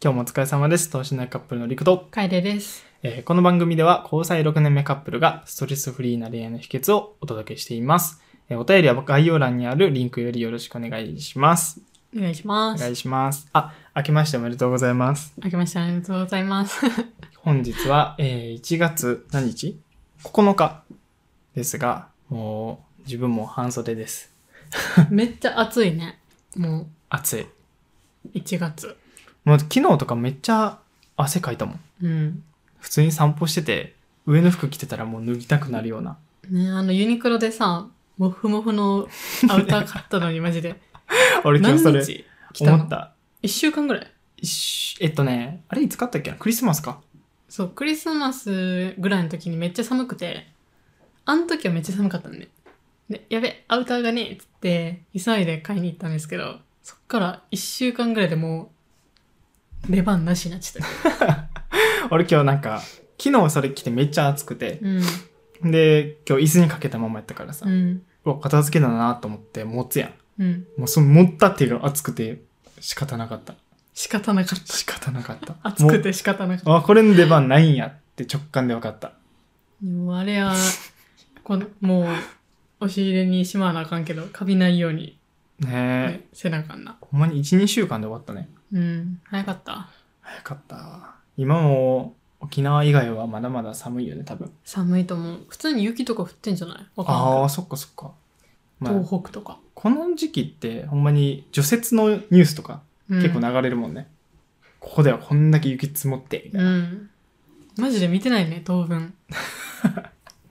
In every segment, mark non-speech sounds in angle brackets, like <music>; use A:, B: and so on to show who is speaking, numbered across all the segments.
A: 今日もお疲れ様です。等身大カップルのりくと、
B: 楓です。
A: えーこの番組では交際6年目カップルがストレスフリーな恋愛の秘訣をお届けしています。えーお便りは概要欄にあるリンクよりよろしくお願いします。
B: お願いしま
A: お
B: す。
A: 願いします。あ、明けましておめでとうございます。
B: 明けましておめでとうござい <laughs> ます。
A: 本日は、えー1月何日 ?9 日ですが、もう自分も半袖です。
B: めっちゃ暑いね。も
A: 暑い。
B: う1月。
A: もう昨日とかめっちゃ汗かいたもん。
B: うん。
A: 普通に散歩してて、上の服着てたらもう脱ぎたくなるような。
B: ねあのユニクロでさ、もふもふのアウター買ったのにマジ <laughs> で。
A: 俺今
B: <laughs> 何
A: 日それ
B: 日来た
A: 思っ
B: の
A: た。
B: ?1 週間ぐらい。
A: 一週えっとね、あれいつ買ったっけなクリスマスか。
B: そう、クリスマスぐらいの時にめっちゃ寒くて、あの時はめっちゃ寒かったんで。で、やべ、アウターがねえっつって、急いで買いに行ったんですけど、そっから1週間ぐらいでもう、出番なしになっちゃった。
A: 俺今日なんか、昨日それ着てめっちゃ暑くて、
B: うん。
A: で、今日椅子にかけたままやったからさ、
B: う。
A: うんわ片付けだなと思って持つやん。
B: うん。
A: もうその持った手が熱くて仕方なかった。
B: 仕方なかった。
A: 仕方なかった。
B: 暑くて仕方なかっ
A: もう。あ、これの出番ないんやって直感で分かった。
B: た。でもあれは、このもう、押し入れにしまわなあかんけど、カビないように、
A: ねえ、
B: ね、せなあかんな。
A: ほんまに1、2週間で終わったね。
B: うん。早かった。
A: 早かったわ。今も沖縄以外はまだまだ寒いよね、多分。
B: 寒いと思う。普通に雪とか降ってんじゃないわかんない
A: ああ、そっかそっか。
B: け
A: ま
B: ど。
A: あ、
B: 東北とか。
A: この時期ってほんまに除雪のニュースとか
B: うん
A: 結構流れるもんね。ここではこんだけ雪積もって、みたいうな。
B: ん。マジで見てないね、当
A: <laughs>
B: 分。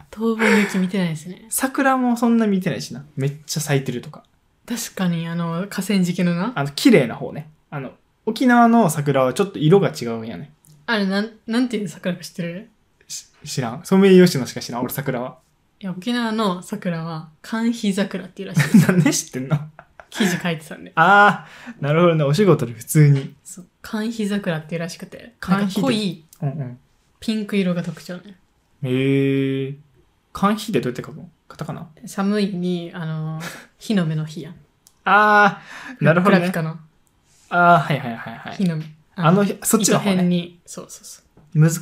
B: 当分雪見てないですね。
A: 桜もそんな見てないしな。めっちゃ咲いてるとか。
B: 確かに、あの、河川敷のな。
A: あの、綺麗な方ね。あの、沖縄の桜はちょっと色が違うんやね。
B: あれ、なん、なんていう桜か知ってる
A: し知らん。ソメイヨシノしか知らん、俺桜は。 <laughs>
B: いや、沖縄の桜は、寒肥桜っていうらしい。
A: なんで知ってんのあ
B: 記事書いてたんで。
A: あー、なるほどね。お仕事で普通に。
B: そう、寒肥桜っていうらしくて、
A: 寒
B: なん
A: 肥
B: か濃い
A: うんうん。
B: ピンク色が特徴ね。
A: へえ。漢字でどうやって書くのカタカナ
B: 寒いに、あの <laughs> ー、火の目の火や。
A: ああ、なるほど
B: クラ
A: ね
B: ピ。カの
A: ああ、はいはいはいはい
B: 火。の目。
A: あの、、そっち
B: 糸
A: の方ね。
B: 辺に、そうそうそ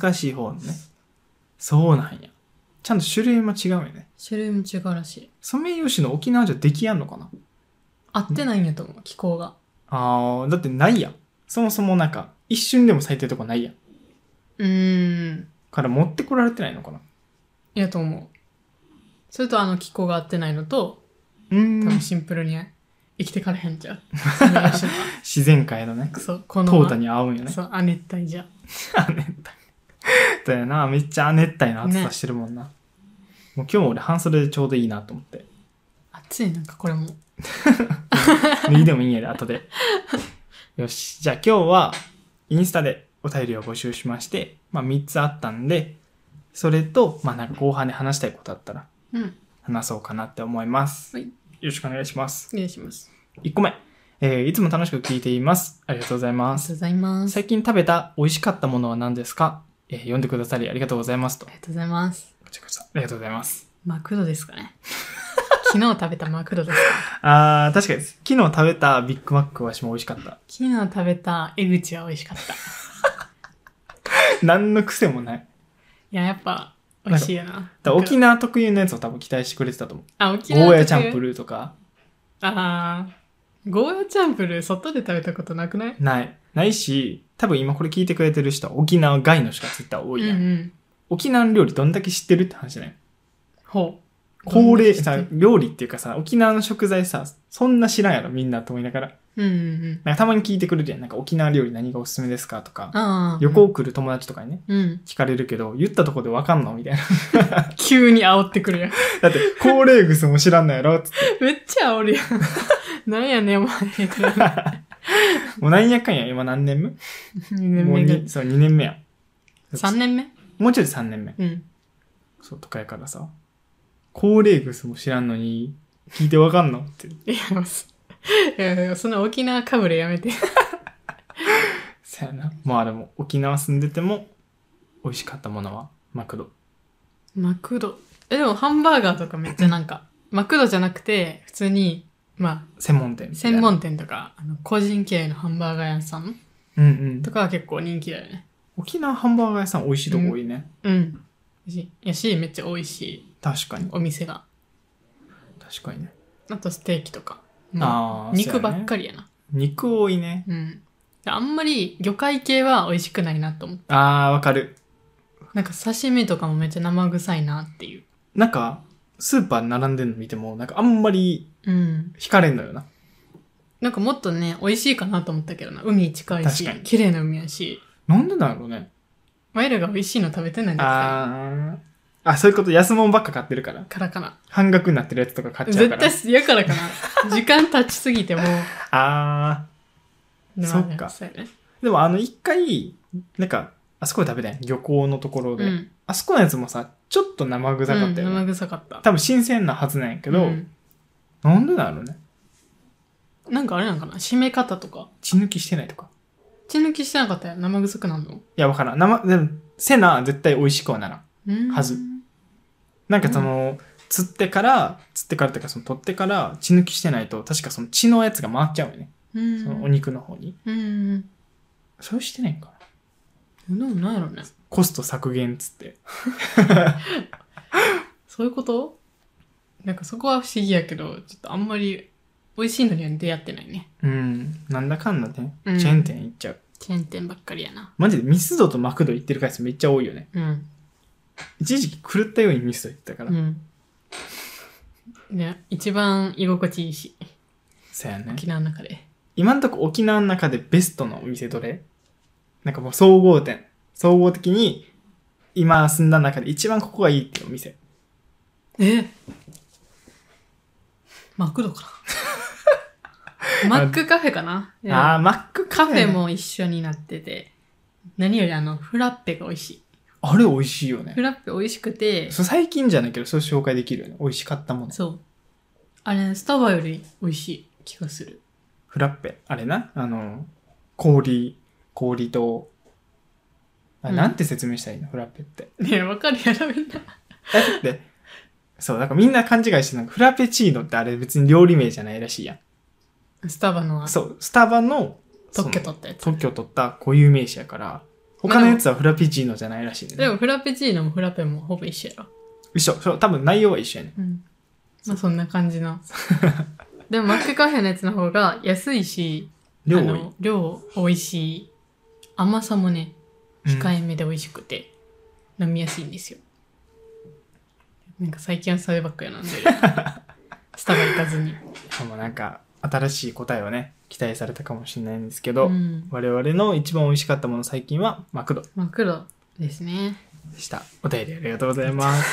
B: う。
A: 難しい方のね。そうなんや。ちゃんと種類も違うよね。
B: 種類も違うらしい。
A: ソメイヨシノ沖縄じゃできやんのかな
B: 合ってないんやと思う、気候が。
A: ああ、だってないやん。そもそもなんか、一瞬でも咲いてるとこないやん。
B: うーん、
A: から持ってこられてないのかな
B: やと思う。それとあの気候が合ってないのと、
A: うー
B: 多分
A: ん。
B: シンプルに生きてかれへん
A: <laughs>
B: じゃん。その一緒に
A: 自然界のね、
B: そう、この、
A: 淘汰に合うんよね。
B: そう、亜熱帯じゃん。
A: 亜熱帯。だよな、めっちゃ亜熱帯の暑さしてるもんな。もう今日も俺半袖でちょうどいいなと思って。
B: 暑い、なんかこれも。 <laughs>
A: 脱いでもいいんやで、後で。よし。じゃあ今日は、インスタでお便りを募集しまして、まあ3つあったんで、それと、まあなんか後半で話したいことあったら、
B: うん、
A: 話そうかなって思います。
B: はい
A: よろしくお願いします。
B: お願いします。
A: 1個目。えーいつも楽しく聞いています。ありがとうござい
B: あ
A: ま
B: りがと
A: す。
B: うございます。
A: 最近食べた美味しかったものは何ですかえー読んでくださりありがとうございますと。
B: あ
A: こ
B: りがとうございます。
A: ちらこそありがとうございます。
B: マクドですかね。 <laughs> 昨日食べたマクドですか。
A: あー、確かにです。昨日食べたビッグマックは私も美味しかった。
B: 昨日食べた江口は美味しかった。い
A: 何の癖もない。
B: や、やっぱ美味しいよな。
A: だから沖
B: 縄。
A: 縄特有のやつを多分期待してくれてたと思う。
B: あ、沖縄。
A: ゴーヤチャンプ
B: ル。
A: ルーとか、
B: あーゴーヤチャンプル、外で食べたことなくない
A: ない。ないし、多分今これ聞いてくれてる人は沖縄外の人がツイッター多
B: うん
A: いうやん。
B: ん。
A: 沖縄の料理どんだけ知ってるって話じゃない
B: ほう。
A: 高齢
B: どんな
A: さ
B: 人、
A: 料理っていうかさ、沖縄の食材さ、そんな知らんやろみんなと思いながら。
B: うんうんうん。
A: なんかたまに聞いてくれるやん。なんか沖縄料理何がおすすめですかとか、
B: ああ。
A: 旅。行来る友達とかにね、
B: うん。
A: 聞かれるけど、言ったとこでわかんのみたいな。 <laughs>
B: 急に煽ってくるやん。 <laughs>
A: だって、高齢グスも知らんのやろつって
B: めっちゃ煽るやん。 <laughs> なんやねん、お前。
A: もう何やかんや、今何年目
B: 2
A: <laughs>
B: 年
A: もう
B: 目
A: に
B: ぐ
A: そう、2年目やん。
B: 3年目
A: もうちょいで3年目。
B: うん。
A: そう、都会からさ、高齢グスも知らんのに、聞いてわかんのって。
B: いや、そいやいやその沖縄かぶれやめて。
A: そやな。まあでも、沖縄住んでても、美味しかったものは、マクド。
B: マクド。え、でもハンバーガーとかめっちゃな
A: <laughs>
B: んか、マクドじゃなくて、普通に、ま
A: 専門店
B: あ、
A: みたいな。
B: 専門店とか、あの個人系のハンバーガー屋さん
A: うんうん
B: と。かは結構人気だよね。
A: 沖縄ハンバーガー屋さん美味しいとこ多いね。
B: うん。美味しいやし、めっちゃ美味しい。
A: 確かに。
B: お店が。
A: 確かにね。
B: あとステーキとか。
A: あー
B: 肉
A: そうや
B: ば
A: ね
B: っかりやな。
A: 肉多いね。
B: うん。あんまり魚介系は美味しくないなと思う。
A: あー、わかる。
B: なんか刺身とかもめっちゃ生臭いなっていう。
A: なんか、スーパーに並んでるの見ても、なんかあんまり
B: うん。
A: 惹かれんのよな。
B: なんかもっとね、美味しいかなと思ったけどな。海近い
A: 確
B: し
A: かに、
B: 綺麗な海やし。
A: なんでなんやろうね。
B: ワイルが美味しいの食べてないんだか
A: あー。あ、そういうこと、安物ばっか買ってるから。
B: らかな。
A: 半額になってるやつとか買っちゃうか
B: 絶
A: ら。
B: 対嫌からか
A: <laughs>
B: な。時間経ちすぎてもう。
A: あそっか
B: そうやね。
A: ー。でもあの、一回、なんか、あそこで食べたやん。漁港のところ
B: う
A: で。
B: ん。
A: あそこのやつもさ、ちょっと生臭かったよね。
B: うん生臭かった。
A: 多分新鮮なはずなんやけど、
B: うん
A: なんでなんやろうね。
B: なんかあれなんかな締め方とか。
A: 血抜きしてないとか。
B: 血抜きしてなかったよ。生臭くなんの
A: いや、わからん。生、でも、せな、絶対美味しくはならん。
B: うーん
A: はずなんかその、釣ってから、釣ってからっていうか、その、取ってから、血抜きしてないと、確かその血のやつが回っちゃうよね。
B: うん。
A: そのお肉の方に。
B: うん。
A: それしてないんかな。
B: うん。でもなんやろね。
A: コスト削減っつって。
B: そういうことなんかそこは不思議やけど、ちょっとあんまり美味しいのには出会ってないね。
A: うん。なんだかんだね。チ
B: うん
A: ェーン店行っちゃう。
B: チェーン店ばっかりやな。
A: マジでミスドとマクド行ってる回数めっちゃ多いよね。
B: うん。
A: 一時期狂ったようにミスド行ってたから。
B: うん。ね、一番居心地いいし、
A: そうやね。
B: 沖縄の中で。
A: 今んとこ沖縄の中でベストのお店どれなんかもう総合店。総合的に今住んだ中で一番ここがいいっていうお店。
B: えマクドか
A: <laughs>
B: なマックカフェかな
A: ああ、マック
B: カ
A: カ
B: フ
A: フェ
B: ェ
A: も。
B: も一緒になってて、何よりあの、フラッペが美味しい。
A: あれ美味しいよね
B: フ。ラッペ美味しくて、
A: そう最近じゃないけど、それ紹介できるよね。美味しかったもの。
B: そう。あれ、スタバより美味しい気がする。
A: フラッペ。あれな。あの、氷、氷と、あ
B: うん
A: なんて説明したらいいの、フラッペって。
B: ねえ、わかるやろ、みんな。
A: だって、そう、なんかみんな勘違いして、なんかフラペチーノってあれ別に料理名じゃないらしいや
B: スタバの
A: ん。そう、スタバの
B: 特許
A: その
B: 取ったやつ。
A: 特許取った固有名詞やから、他のやつはフラペチーノじゃないらしいね。
B: でも、フラペチーノもフラペもほぼ一緒やろ。
A: 一緒。そう、多分内容は一緒やね。
B: うん。まあ、そんな感じ
A: <laughs>
B: の。でも、マックカフェのやつの方が安いし、
A: 量
B: あ
A: 多い
B: の量多いし甘さもね
A: うん
B: 控えめで美味しくて、飲みやすいんですよなんか最近はそればっかりなんで
A: <laughs>
B: スタバ行かずに
A: あもうなんか、新しい答えをね、期待されたかもしれないんですけど、
B: うん、
A: 我々の一番美味しかったもの最近はマクド
B: 真っ黒ですね
A: でした。お便りありがとうござい
B: <laughs>
A: ます。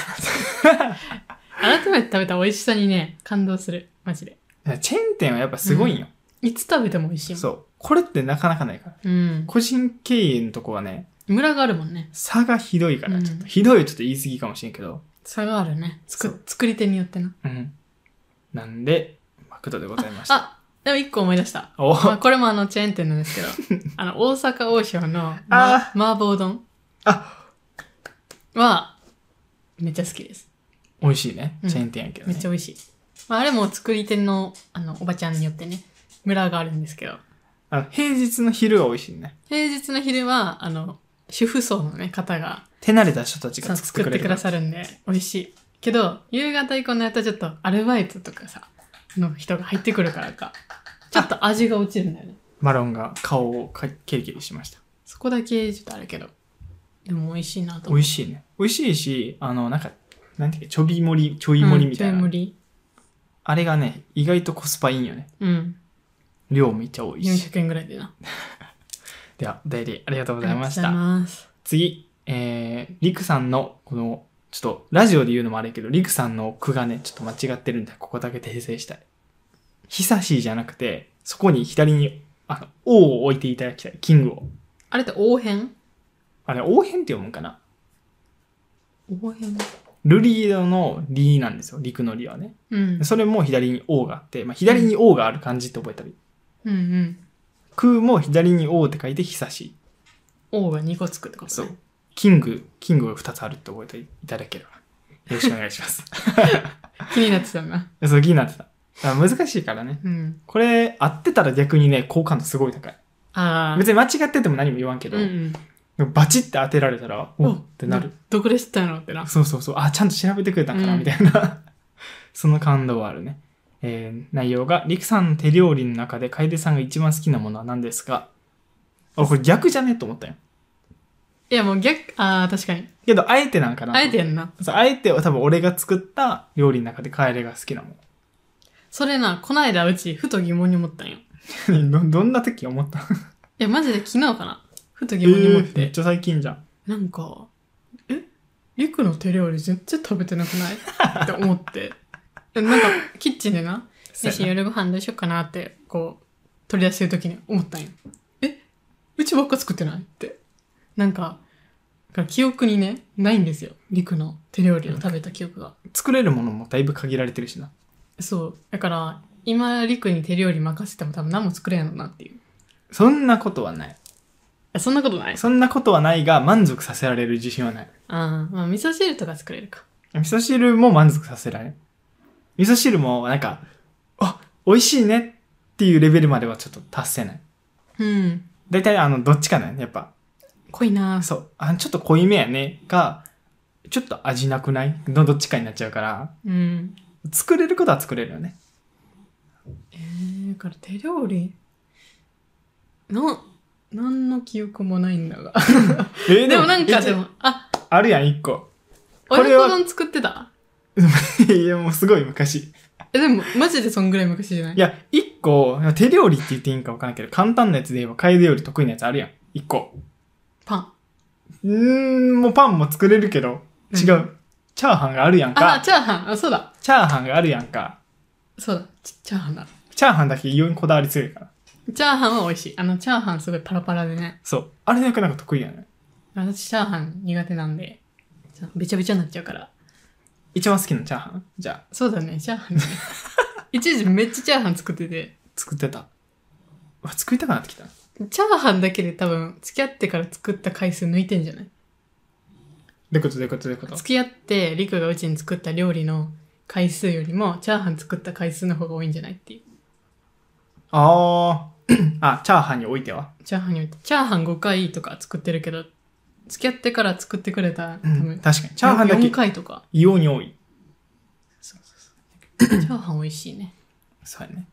B: 改めて食べた美味しさにね感動するマジで
A: いやチェーン店はやっぱすごいんよ。
B: いつ食べても美味しいもん
A: そう。これってなかなかないから。
B: うん、
A: 個人経営のとこはね、
B: ムラがあるもんね
A: 差がひどいから、
B: うん
A: ちょっと、ひどいはちょっと言い過ぎかもしれんけど、
B: 差があるね
A: そ
B: 作
A: う
B: 作り手によってな
A: うん。なんで、マクドでございました。
B: あでも一個思い出した
A: お
B: まあこれもあのチェーン店なんですけど
A: <laughs>
B: あの大阪王将の、ま、
A: あ
B: 麻婆丼
A: あ
B: はめっちゃ好きです
A: 美味しいね。
B: うん
A: チェーン店やけど
B: め
A: ね。
B: っちゃ美味しい、まあ、あれも作り手のあのおばちゃんによってねムラがあるんですけど
A: あの平日の昼は美味しいね。
B: 平日の昼はあの主婦層の、ね、方が
A: 手慣れた人たち
B: さ
A: が作
B: 作
A: っ
B: ってて
A: くれるか
B: くだ
A: ら。
B: さるんで美味しいけど夕方以降になるとちょっとアルバイトとかさの人が入ってくるからかちょっと味が落ちるんだよね
A: マロンが顔をかケリケリしました。
B: そこだけちょっとあるけどでも美味しいなと
A: 美
B: 思う
A: 味しいね。美味しいし、あの、なんか、なんていうか、ちょび盛り、ちょい盛りみたいな。
B: うんちょい盛り
A: あれがね、意外とコスパいいんよね。
B: うん
A: 量めっちゃ多いし。
B: 400円ぐらいでな。
A: では、お便りありがとう
B: あ
A: ご
B: り
A: ざい
B: がとうご
A: まし
B: ざい
A: た。
B: ます。
A: 次、えー、リクさんの、この、ちょっと、ラジオで言うのもあれやけど、リクさんの句がね、ちょっと間違ってるんで、ここだけ訂正したい。久しいじゃなくて、そこに左に、あの、王を置いていただきたい。キングを。
B: あれって応変
A: あれ、王編って読むんかな
B: 応変
A: ルリードのリなんですよ。陸のリはね。
B: うん。
A: それも左に王があって、まあ、左に王がある漢字って覚えたり。
B: うんうん。
A: 空も左に王って書いて久しい。
B: 王が2個つくってこと
A: そ
B: ね
A: う。。キング、キングが2つあるって覚えていただければ。よろしくお願いします。 <laughs>
B: 気になってたな。
A: そう、気になってた。あ難しいからね。
B: うん。
A: これ、合ってたら逆にね、好感度すごい高い。
B: ああ。
A: 別に間違ってても何も言わんけど、
B: うんうん。
A: バチって当てられたら、おっってなる。。
B: どこで知ったんやろってな。
A: そうそうそう。あ、ちゃんと調べてくれたんかな、
B: うん
A: みたいな。 <laughs> その感動はあるね。えー内容が、りくさんの手料理の中で楓さんが一番好きなものは何ですかあ、これ逆じゃねと思ったよ。
B: いやもう逆、ああ、確かに。
A: けど、あえてなんかな。
B: あえてやんな。
A: そうあえては多分俺が作った料理の中で楓が好きなも
B: それな、こないだうち、ふと疑問に思ったんよ。い
A: ん。 <laughs> ど、どんな時思った
B: や、マジで昨日かな。ふと疑問に思っ。
A: えーめってちゃ最近じゃん。
B: なんか、えりくの手料理全然食べてなくないって思って。 <laughs> なんか、キッチンでな、
A: そうや
B: よし
A: な
B: 夜ご飯どうしようかなって、こう、取り出してる時に思ったんよ。えうちばっか作ってないって。なんか、だから記憶にね、ないんですよ。りくの手料理を食べた記憶が。
A: 作れるものもだいぶ限られてるしな。
B: そう。だから、今、りくに手料理任せても多分何も作れんのなっていう
A: そんなことはない。
B: あ。そんなことない
A: そんなことはないが、満足させられる自信はない。
B: ああ、まあ、味噌汁とか作れるか。
A: 味噌汁も満足させられん。味噌汁もなんか、あ、美味しいねっていうレベルまではちょっと達せない。
B: うん。
A: だいたいあの、どっちかなんやっぱ。
B: 濃いなぁ。
A: そう。あ、ちょっと濃いめやね。が、ちょっと味なくないのどっちかになっちゃうから、
B: うん。
A: 作れることは作れるよね。
B: えー、だから手料理な、何の記憶もないんだが。
A: えー
B: <laughs> でもなんか、
A: え
B: でも、あ、
A: あるやん、一個。 <laughs> これ
B: 親
A: は
B: 子丼作ってた
A: いや、もうすごい昔。
B: え、でも、マジでそんぐらい昔じゃない
A: いや、一個、手料理って言っていいんかわからんけど、簡単なやつで言えば、楓より得意なやつあるやん。一個。
B: パン。
A: うーん、もうパンも作れるけど、違う。
B: う
A: チャーハンがあるやん
B: あ、
A: か。
B: チャーハン。あ、そうだ。
A: チャーハンがあるやんか。
B: そうだ。チチャーハンだ。
A: チャーハンだけ異様にこだわり強いから。
B: チャーハンは美味しい。あの、チャーハンすごいパラパラでね。
A: そう。あれだけなんか得意やね。
B: 私、チャーハン苦手なんで、ちょべちゃべちゃになっちゃうから。
A: 一番好きなチャーハンじゃあ、
B: そうだね、チャーハ
A: <laughs>
B: ンね。一時めっちゃチャーハン作ってて、
A: 作ってた。うわ作りたくなってきた。
B: チャーハンだけで多分、付き合ってから作った回数抜いてんじゃない
A: どういうことどういうことどういうこと
B: 付き合ってりくがうちに作った料理の回数よりもチャーハン作った回数の方が多いんじゃないってい
A: あー。あ、チャーハンにおいては
B: うチャーハンにおいてチャーハン5回とか作ってるけど付き合ってから作ってくれた多
A: う
B: 分、
A: ん、確かに。チャーハンだ
B: 4
A: け
B: 回
A: <clears throat>
B: とか
A: 異様に多い。
B: チャーハン美味しいね
A: そうやね。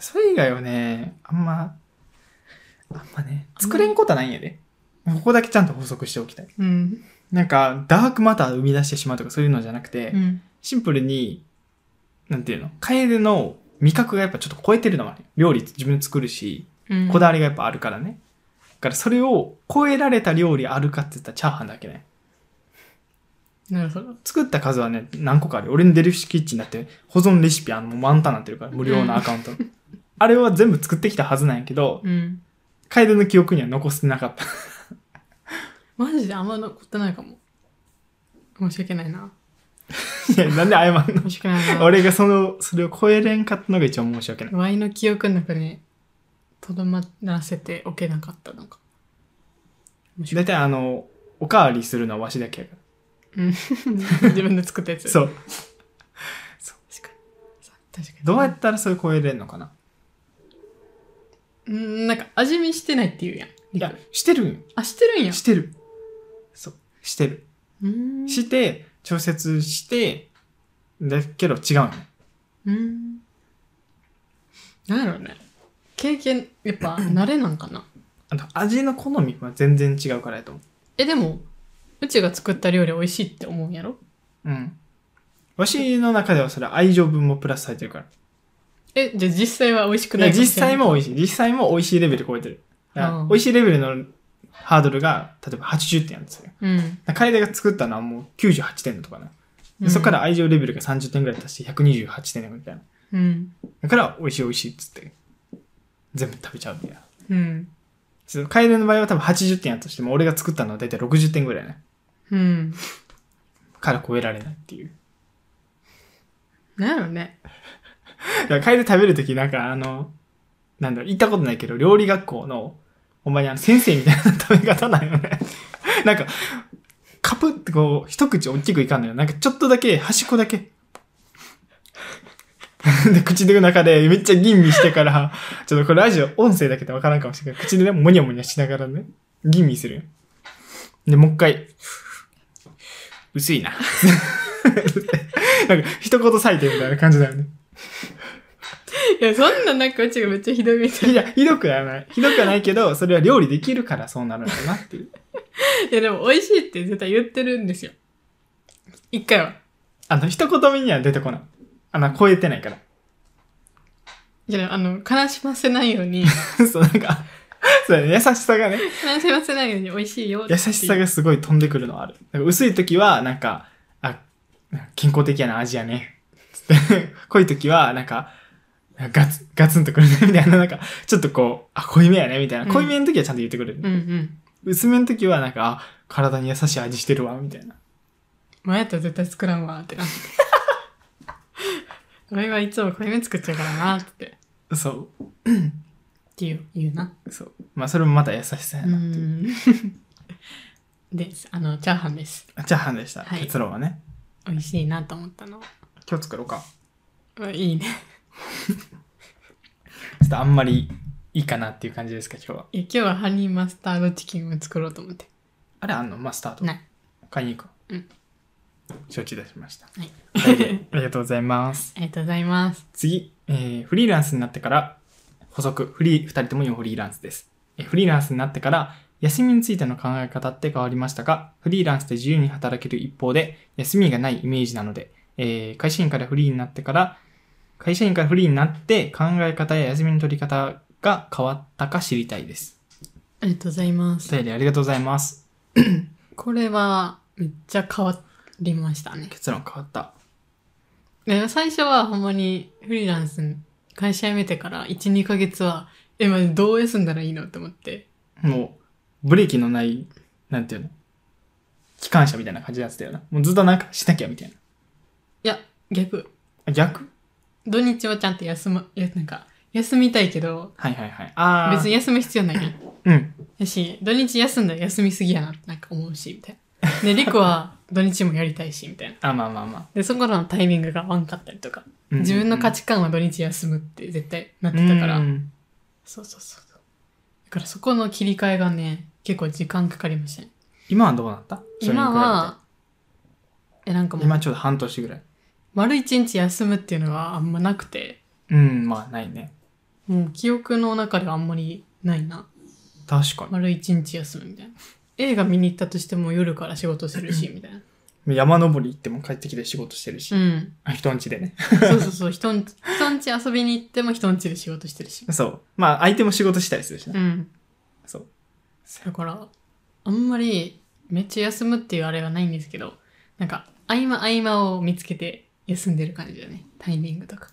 A: それ以外はね、あんま、あんまね、作れんことはないんやで。ここだけちゃんと補足しておきたい。
B: うん、
A: なんか、ダークマターを生み出してしまうとかそういうのじゃなくて、
B: うん、
A: シンプルに、なんていうの、カエルの味覚がやっぱちょっと超えてるのもあるよ。料理自分で作るし、
B: うん
A: こだわりがやっぱあるからね。だからそれを超えられた料理あるかって言ったらチャーハンだけね。
B: なるほど
A: 作った数はね、何個かある。俺のデルフィシキッチンだって保存レシピあのもう満タンになってるから、無料のアカウントの。あれは全部作ってきたはずなんやけど、
B: うん
A: カエルの記憶には残してなかった。 <laughs>
B: マジであんま残ってないかも申し訳な
A: <laughs>
B: いない
A: や、なんで謝んの
B: 申し訳ないな
A: 俺がその、それを超えれんかったのが一番申し訳ない。
B: ワイの記憶の中にとどまらせておけなかったのか
A: だいたいあの、おかわりするのはわしだけやか
B: うん <laughs> 自分で作ったやつ
A: ら。そう。
B: 確かに。さ確かに。
A: どうやったらそれ超えれんのかな
B: うん、なんか味見してないって言うやん。
A: いや、してるんよ。
B: あ、してるんや。
A: してる。そう。してる。
B: うーん。
A: して、調節して、だけど違うの。
B: うーん。なんやろうね。経験、やっぱ、慣れなんかな。
A: あと、味の好みは全然違うからやと思
B: え、でも、うちが作った料理美味しいって思うんやろ
A: う。うん。わしの中ではそれ愛情分もプラスされてるから。
B: え、じゃあ実際は美味しくないい
A: や
B: かも
A: 実
B: しれない
A: 際。も美味しい。実際も美味しいレベル超えてる。だから
B: うん
A: 美味しいレベルのハードルが、例えば80点なんですよ。
B: うん。
A: だから楓が作ったのはもう98点とかな。で
B: うん
A: そこから愛情レベルが30点ぐらい足して128点みたいな。
B: うん。
A: だから、美味しい美味しいっつって、全部食べちゃうみたいな。
B: うん。
A: そのカエルの場合は多分80点やとしても、俺が作ったのは大体60点ぐらいね。
B: うん。
A: から超えられないっていう。
B: なんやろうね。
A: だからカエル食べるときなんかあの、なんだろう、行ったことないけど、料理学校の、ほんまにあの、先生みたいな食べ方なんよね。 <laughs> なんか、カプってこう、一口大きくいかんのよ。なんかちょっとだけ、端っこだけ、 <laughs> で、口の中でめっちゃ吟味してから、ちょっとこれラジオ音声だけでわからんかもしれない口でね、もにゃもにゃしながらね、吟味するよ。で、もう一回、薄いな。 <laughs> なんか、一言咲いてみたいな感じだよね。
B: いや、そんななんかうちがめっちゃひどいみたい
A: い。や、ひどくはない。ひどくはないけど、それは料理できるからそうなるんだなっていう。
B: <laughs> いや、でも美味しいって絶対言ってるんですよ。一回は。
A: あの、一言目には出てこない。あの、超えてないから。 <laughs>
B: いや、あの、悲しませないよう <laughs> に、
A: そう、なんか、そう優しさがね、
B: 悲しませないように美味しいよって
A: 優しさがすごい飛んでくるのはある。なんか薄い時は、なんか、あ、健康的やな味やね。 <laughs> つって、濃い時は、なんか、ガツ、ガツンとくるね、みたいな、なんか、ちょっとこう、あ、濃いめやね、みたい
B: うん
A: な。濃いめの時はちゃんと言ってくれる。
B: うんうん。
A: 薄めの時は、なんか、あ、体に優しい味してるわ、みたいな。
B: 前やったら絶対作らんわってな <laughs> って。俺はいつもこれ目作っちゃうからなって。っ
A: そ
B: ていう、言うな。
A: う、そう。まあ、それもまた優しさや
B: う
A: な、っていう。
B: ん。です。あの、チャーハンです。
A: チャーハンでした。
B: はい
A: 結論はね。
B: 美味しいなと思ったの。
A: 今日作ろうか。
B: うんいいね。
A: ちょっとあんまりいいかなっていう感じですか、今日は。
B: いや今日はハニーマスタードチキンを作ろうと思って。
A: あれあんのマスタード。
B: ない
A: 買いに行く。
B: うん。
A: 承知いたしました。
B: はい。
A: ありがとうございます。
B: ありがとうございます。
A: 次、えーフリーランスになってから、補足、フリー、二人とも今フリーランスです。えーフリーランスになってから、休みについての考え方って変わりましたが、フリーランスで自由に働ける一方で、休みがないイメージなので、えー会社員からフリーになってから、会社員からフリーになって考え方や休みの取り方が変わったか知りたいです。
B: ありがとうございま
A: お
B: す。
A: 便りありがとうございます。
B: これは、めっちゃ変わりましたね。
A: 結論変わった。
B: で最初はほんまにフリーランス、会社辞めてから1、2ヶ月は、え、まじどう休んだらいいのって思って。
A: もう、ブレーキのない、なんていうの機関車みたいな感じのやつだよな。もうずっとなんかしなきゃみたいな。
B: いや、逆。
A: あ逆
B: 土日はちゃんと休ま、いや、なんか、休みたいけど、
A: はいはいはい。ああ。
B: 別に。休む必要ないやん。
A: うん。
B: やし、土日休んだら休みすぎやなってなんか思うし、みたいな。で、リコは土日もやりたいし、みたいな。
A: あまあまあまあ。
B: で、そこらのタイミングが合わんかったりとか。
A: うん
B: 自分の価値観は土日休むって絶対なってたから。
A: うん
B: そうそうそうそう。だからそこの切り替えがね、結構時間かかりましたね。
A: 今はどうなった
B: 今、は、え、なんか
A: それに比べて
B: も
A: 今
B: う、
A: ちょうど半年ぐらい。
B: 丸一日休むっていうのはあんまなくて、
A: うん、まあないね。
B: もう記憶の中ではあんまりないな。
A: 確か
B: 丸一日休むみたいな。映画見に行ったとしても夜から仕事するし、みたいな。
A: に。山登り行っても帰ってきて仕事してるし
B: う。ん。
A: あ人んちでね。 <laughs>
B: そうそうそう。人んち、人んち遊びに行っても人んちで仕事してるし。
A: そう。まあ相手も仕事したりするし
B: う
A: ね。
B: ん。
A: そう。
B: だから、あんまりめっちゃ休むっていうあれはないんですけど、なんか、合間合間を見つけて休んでる感じだね。タイミングとか。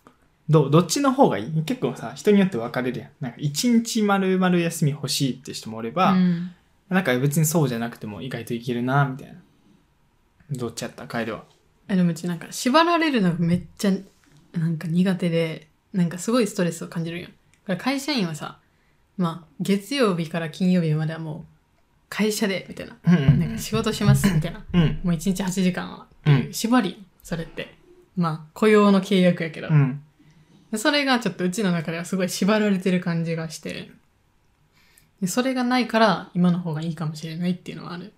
A: どうどっちの方がいい結構さ、人によって分かれるやん。なんか一日丸々休み欲しいって人もおれば、
B: うん。
A: なんか別にそうじゃなくても意外といけるな、みたいな。どっちやった帰るわ。
B: あでもうちなんか縛られるのがめっちゃなんか苦手でなんかすごいストレスを感じるんよだから会社員はさまあ月曜日から金曜日まではもう会社でみたいな
A: うんうん
B: なんか仕事しますみたいな
A: うん。うん。
B: もう1日8時間は
A: うん。
B: 縛りやんそれってまあ雇用の契約やけど
A: うん。
B: それがちょっとうちの中ではすごい縛られてる感じがしてでそれがないから今の方がいいかもしれないっていうのはある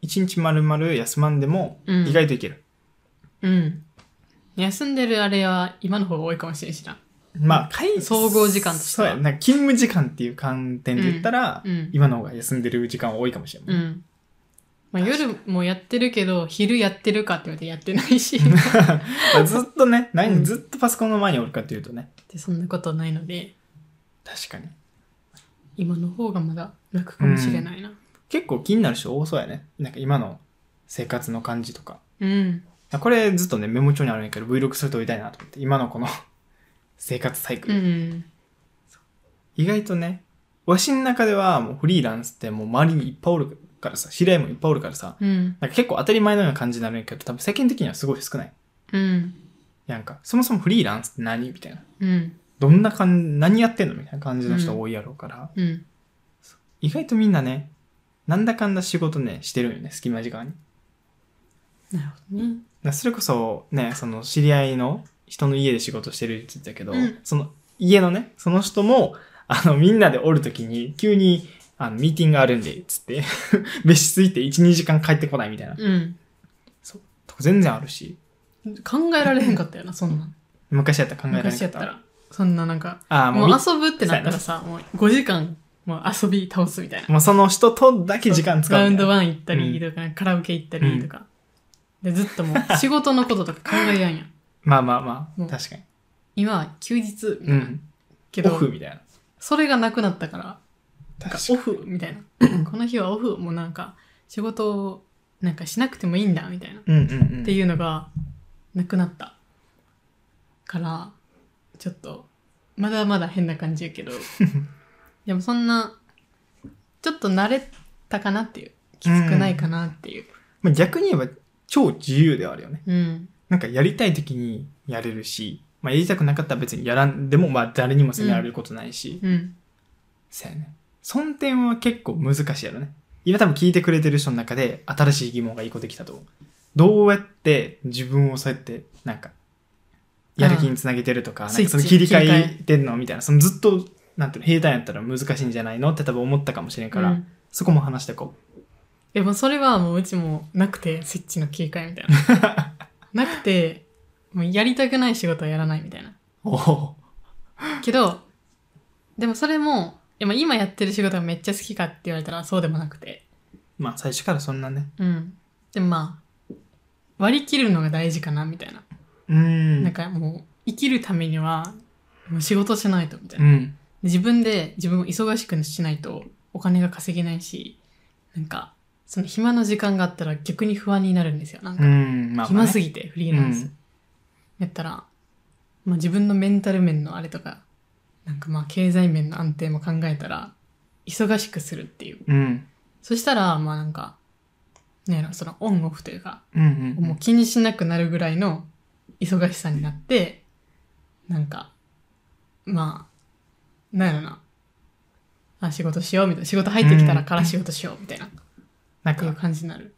A: 一日丸々休まんでも
B: うん
A: 意外といける。
B: うん休んでるあれは今の方が多いかもしれんしな
A: まあ、会
B: 総合時間としては
A: そうや。なんか勤務時間っていう観点で言ったら、
B: うん
A: 今の方が休んでる時間は多いかもしれない。
B: うん。まあ、夜もやってるけど、昼やってるかって言われてやってないし、
A: まあずっとね、何、
B: うん
A: ずっとパソコンの前におるかっていうとね、
B: <laughs> でそんなことないので、
A: 確かに。
B: 今の方がまだ楽かもしれないな。
A: 結構気になる人多そうやね。なんか今の生活の感じとか。
B: うん。
A: これずっとね、メモ帳にあるんやけど、Vlog するとおいたいなと思って、今のこの <laughs> 生活サイク
B: う
A: ル。
B: ん。
A: 意外とね、わしの中ではもうフリーランスってもう周りにいっぱいおるからさ、知り合いもいっぱいおるからさ、
B: うん。
A: なんか結構当たり前のような感じになるんやけど、多分世間的にはすごい少ない。
B: うん。
A: なんか、そもそもフリーランスって何みたいな。
B: うん。
A: どんな感じ、何やってんのみたいな感じの人多いやろうから、
B: うん。
A: 意外とみんなね、なんだかんだ仕事ね、してるんよね、隙間時間に。だか
B: なるほどね。
A: らそれこそ、ね、その知り合いの人の家で仕事してるって言ってたけど、
B: うん
A: その家のね、その人も、あの、みんなでおるときに、急に、あの、ミーティングがあるんで、つって、 <laughs> 別室行って1、2時間帰ってこないみたいな、
B: うん。
A: とか全然あるし、
B: 考えられへんかったよな、そんなん。
A: 昔やったら考えられなかっ
B: 昔
A: た。
B: やったら。そんななんか、
A: ああ、も
B: も
A: う
B: う
A: み
B: 遊ぶってなったらさ、もう5時間、もう遊び倒すみたいな。
A: もうその人とだけ時間使う
B: ラウ
A: みた
B: ン
A: い
B: ド
A: な。
B: ワン行ったりとか、カラオケ行ったりとか。で、ずっとも
A: <laughs>
B: う仕事のこととか考えやんやん。
A: まあまあまあ、
B: うん
A: 確かに。
B: 今は休日、
A: うん。
B: け
A: オ
B: ど、
A: フみたいな。
B: それがなくなったから、なんか
A: 確か
B: オ
A: に。
B: フみたいな。この日はオフ、もうなんか、仕事をなんかしなくてもいいんだ、みたいな。っ
A: うんうんうん。
B: ていうのが、なくなった。から、ちょっと、まだまだ変な感じやけど、でもそんな、ちょっと慣れたかなっていう。きつくないかなっていう。
A: まあ、逆に言えば、超自由ではあるよね。
B: うん。
A: なんかやりたい時にやれるし、まあ、やりたくなかったら別にやらんでも、まあ誰にも責められることないし、
B: うん。
A: そうやね。その点は結構難しいやろね。今多分聞いてくれてる人の中で新しい疑問が一個できたと思う。どうやって自分をそうやって、なんか、やる気につなげてるとか、
B: あ
A: な
B: あ
A: んかその
B: スイ
A: 切
B: ッ
A: り
B: チ
A: 替えてんのみたいな、そのずっと、なんていうの、平坦やったら難しいんじゃないのって多分思ったかもしれんから、
B: うん
A: そこも話してこ
B: でもそれはもううちもなくて、スイッチの切り替えみたいな。なくて、もうやりたくない仕事はやらないみたいな。
A: う。おお。
B: けど、でもそれも、いやまあ今やってる仕事がめっちゃ好きかって言われたらそうでもなくて。
A: まあ最初からそんなね。
B: うん。でもまあ、割り切るのが大事かなみたいな。
A: うーん。
B: なんかもう、生きるためには、もう仕事しないとみたいうな。
A: ん。
B: 自分で自分を忙しくしないとお金が稼げないし、なんか、その暇の時間があったら逆に不安になるんですよ。なんか
A: う、ん。まあ、まあ
B: 暇
A: ね
B: すぎてフリーランス、
A: うん
B: やったら、まあ、自分のメンタル面のあれとかなんかまあ経済面の安定も考えたら忙しくするっていう
A: うん。
B: そしたらまあなんかなんやろそのオンオフというか
A: うんうんうん。
B: もう気にしなくなるぐらいの忙しさになってなんかまあなんやろなあ仕事しようみたいな仕事入ってきたらから仕事しようみたいな、
A: なん
B: っていう
A: か、
B: 感じになる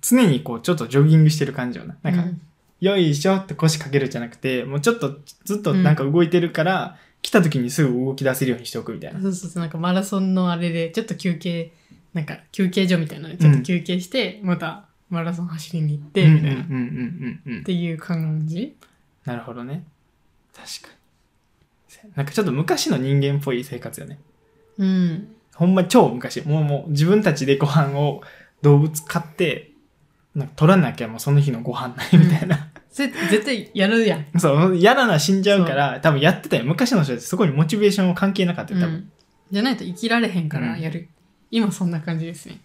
A: 常にこう、ちょっとジョギングしてる感じよね。なんか、
B: うん
A: よいしょって腰かけるじゃなくて、もうちょっと、ずっとなんか動いてるから、来た時にすぐ動き出せるようにしておくみたいな。
B: そうそうそう、なんかマラソンのあれで、ちょっと休憩、なんか休憩所みたいなので、ちょっと休憩して、またマラソン走りに行って、
A: うんう
B: み
A: んうんう
B: たいな。
A: ん
B: っ
A: うんうん。
B: ていう感じ
A: なるほどね。確かに。なんかちょっと昔の人間っぽい生活よね。
B: うん。
A: ほんま超昔。もうもう自分たちでご飯を動物飼って、なんか取らなきゃもうその日のご飯ないみたいな。
B: それ絶対やるやん。
A: <laughs> そう、やらな死んじゃうから、多分やってたよ。昔の人たちそこにモチベーションは関係なかったよ、多
B: う
A: 分。
B: んじゃないと生きられへんからやる。今そんな感じですね。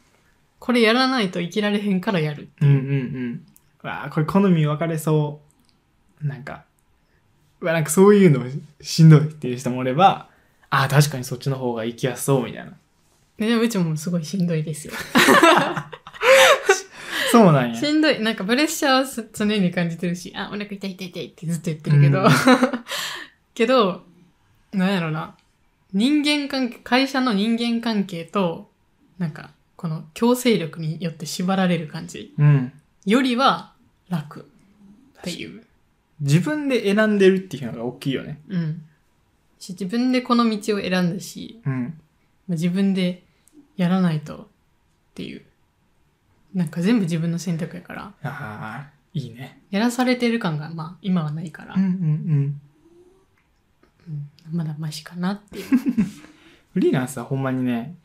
B: これやらないと生きられへんからやる。
A: うんうんうん。うわあ、これ好み分かれそう。なんか、うわなんかそういうのしんどいっていう人もおれば、ああ、確かにそっちの方が行きやすそうみたいな。
B: ででもうちもすごいしんどいですよ。
A: そうなんや。 <laughs>
B: しんどい。なんかプレッシャーはす常に感じてるし、あ、お腹痛い痛い痛いってずっと言ってるけど。
A: うん
B: <laughs> けど、なんやろな。人間関係、会社の人間関係と、なんか、この強制力によって縛られる感じ
A: うん。
B: よりは楽っていう。
A: 自分で選んでるっていうのが大きいよね。
B: うん。し、自分でこの道を選んだし、
A: うん。
B: まあ自分でやらないとっていう。なんか全部自分の選択やから、
A: ああ、いいね。
B: やらされてる感がまあ今はないから
A: うん、うんうん。
B: まだマシかなっていう。
A: フリーランスはほんまにね、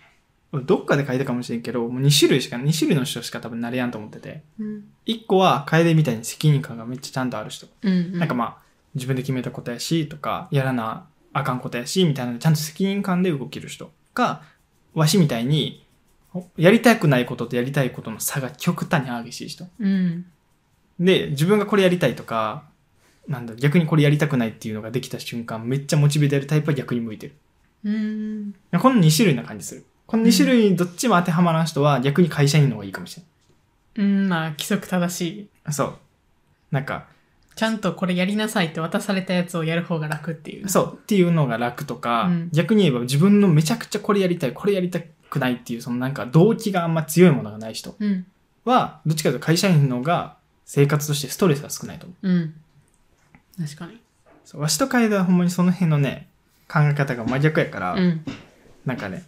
A: どっかで書いたかもしれんけど、もう2種類しか、2種類の人しか多分なれやんと思ってて。
B: うん。
A: 1個は楓みたいに責任感がめっちゃちゃんとある人。
B: うん。
A: なんかまあ、自分で決めたことやし、とか、やらなあかんことやし、みたいなので、ちゃんと責任感で動ける人か、わしみたいに、ほやりたくないこととやりたいことの差が極端に激しい人。
B: うん。
A: で、自分がこれやりたいとか、なんだ、逆にこれやりたくないっていうのができた瞬間、めっちゃモチベートやるタイプは逆に向いてる。
B: うん。
A: この2種類な感じする。この2種類にどっちも当てはまらん人は、逆に会社員の方がいいかもしれ
B: うん、まあ、規則正しい。
A: ない。そう。なんか、
B: ちゃんとこれやりなさいって渡されたやつをやる方が楽っていう。
A: そうっていうのが楽とか、
B: うん
A: 逆に言えば自分のめちゃくちゃこれやりたいこれやりたくないっていうそのなんか動機があんま強いものがない人
B: う。うん。
A: はどっちかというと会社員の方が生活としてストレスが少ないと思
B: うん。確かに。
A: そうわしとカイドはほんまにその辺のね考え方が真逆やから、
B: うん。
A: なんかね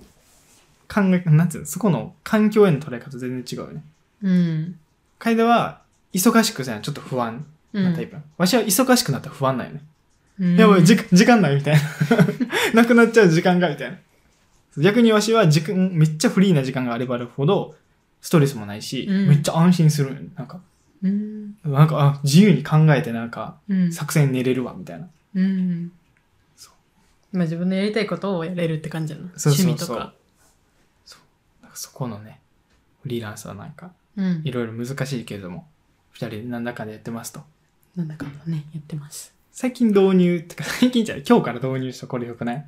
A: 考えなんつうのそこの環境への捉え方全然違うよね
B: うん。
A: カイドは忙しくさちょっと不安なタイプ、わしは忙しくなったら不安なんよね、
B: うん。
A: やばい時
B: じ
A: 間時間ないみたいな <laughs> なくなっちゃう時間がみたいな逆にわしは時間めっちゃフリーな時間があればあるほどストレスもないし、
B: うん
A: めっちゃ安心するんよねなんか
B: うん。
A: なんかあ自由に考えてなんか
B: うん。
A: 作戦練れるわみたいな
B: うん。
A: そ
B: まあ自分のやりたいことをやれるって感じやな。
A: そうそうそう
B: 趣味とか。
A: なんかそこのね、フリーランスはなんか、
B: うん
A: い。ろいろ難しいけれども、二人で何らかでやってますと。
B: なんだかんだね、やってます。
A: 最近導入、てか <laughs> 最近じゃない今日から導入したこれよくない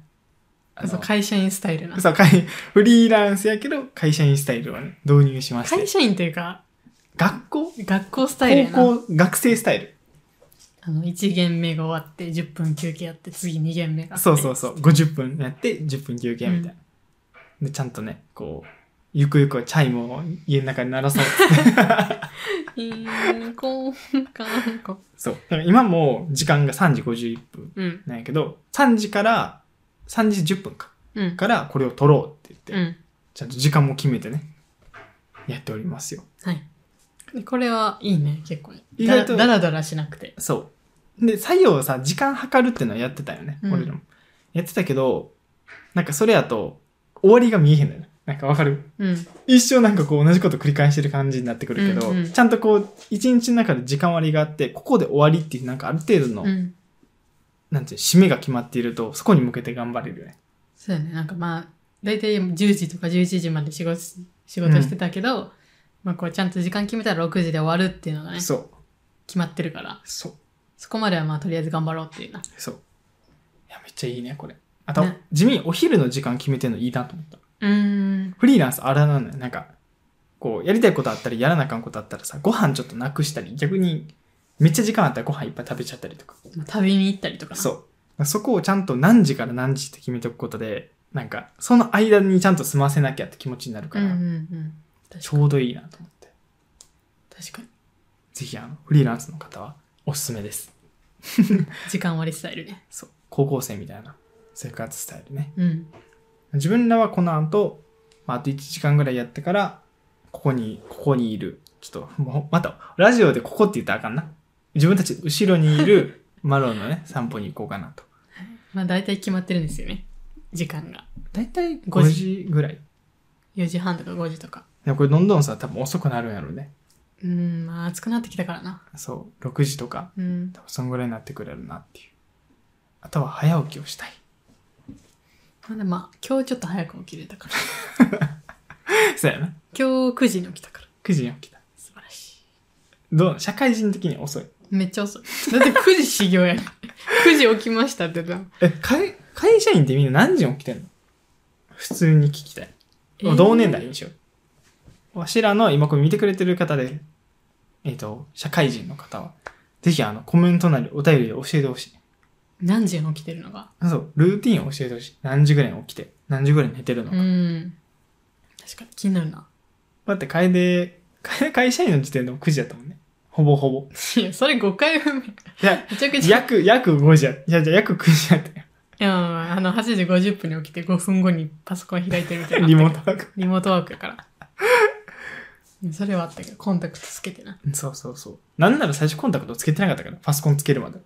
A: あの
B: そう、会社員スタイルな。
A: そう会フリーランスやけど、会社員スタイルをね、導入しまして
B: 会。社員というか、
A: 学校
B: 学校スタイルやな。
A: 高校、学生スタイル。
B: あの、1限目が終わって、10分休憩やって、次2限目があって。
A: そうそうそう。50分やって、10分休憩みたいな。で、ちゃんとね、こう、ゆくゆくはチャイムを家の中に鳴ら
B: <laughs>
A: そう。
B: えー、こう、かんこ。
A: そう。だから今も時間が3時51分
B: うん。
A: なんやけど、3時から、3時10分か。
B: うん。
A: からこれを取ろうって言って、
B: うん。
A: ちゃんと時間も決めてね、やっておりますよ。
B: はい。でこれはいいね、結構。
A: 意外と
B: だらだらだらしなくて。
A: そう。で、作業をさ、時間計るっていうのはやってたよね、
B: うん
A: 俺らも。やってたけど、なんかそれやと、終わりが見えへんのよね。なんかわかる
B: うん。
A: 一生なんかこう同じこと繰り返してる感じになってくるけど、
B: うんうん
A: ちゃんとこう、一日の中で時間割があって、ここで終わりっていう、なんかある程度の、
B: うん。
A: なんていうの、締めが決まっていると、そこに向けて頑張れるよね。
B: そうやね。なんかまあ、だいたい10時とか11時まで仕事し仕事してたけど、まあこうちゃんと時間決めたら6時で終わるっていうのがね、決
A: そう。
B: まってるから、
A: そう。
B: そこまではまあとりあえず頑張ろうっていうな。
A: そう。いや、めっちゃいいね、これ。あと、
B: ね
A: 地味にお昼の時間決めてるのいいなと思った。
B: うーん。
A: フリーランスあらなのよ。なんか、こう、やりたいことあったり、やらなあかんことあったらさ、ご飯ちょっとなくしたり、逆に、めっちゃ時間あったらご飯いっぱい食べちゃったりとか。
B: まあ、旅に行ったりとかな。
A: そう。そこをちゃんと何時から何時って決めておくことで、なんか、その間にちゃんと済ませなきゃって気持ちになるか
B: うん
A: ら、
B: うんうん。確
A: ち
B: かに。
A: ょうどいいなと思って。
B: 確かに。
A: ぜひ、あの、フリーランスの方は、おすすめです。
B: 時間割りスタイルね。
A: そう。高校生みたいな生活スタイルね。
B: うん。
A: 自分らはこの後、まあ、あと1時間ぐらいやってから、ここに、ここにいる。ちょっと、もう、また、ラジオでここって言ったらあかんな。自分たち後ろにい
B: <laughs>
A: るマロンのね、散歩に行こうかなと。
B: まあ大体決まってるんですよね。時間が。
A: だいたい5
B: 5
A: 時ぐらい。
B: 4時半とか5時とか。
A: でもこれどんどんさ、多分遅くなるんやろうね。
B: うーん、まあ暑くなってきたからな。
A: そう、6時とか、
B: うん。
A: 多分そんぐらいになってくれるなっていう。あとは早起きをしたい。 <laughs>
B: まあでもまあ今日ちょっと早く起きれたから。
A: そうやな。
B: 今日9時に起きたから。
A: 9時に起きた。
B: 素晴らしい。
A: どう社会人的に遅い。
B: めっちゃ遅い。だって9時始業やん。9時起きましたって言ったの
A: え、会、会社員ってみんな何時に起きてんの普通に聞きたい。同年代にしよう。わしらの今これ見てくれてる方で、えっ、と、社会人の方は、ぜひあの、コメントなりお便りで教えてほしい。
B: 何時に起きてるのが。
A: あそう、ルーティンを教えてほしい。何時ぐらいに起きて、何時ぐらいに寝てるの
B: う
A: か。
B: ん。確かに気になるな。
A: だって、楓、楓会社員の時点でも9時だったもんね。ほぼほぼ。
B: いや、それ5回分め。
A: いや、
B: めちゃくちゃ。
A: <laughs>
B: い
A: 約、約5時や。いや、じゃあ約9時やったよ。
B: や、まああの、8時50分に起きて5分後にパソコン開いてるみたいな。
A: リモートワーク。
B: リモートワークやから。うんそれはあったけど、コンタクトつけてな。
A: そうそうそう。なんなら最初コンタクトつけてなかったから、パソコンつけるまで。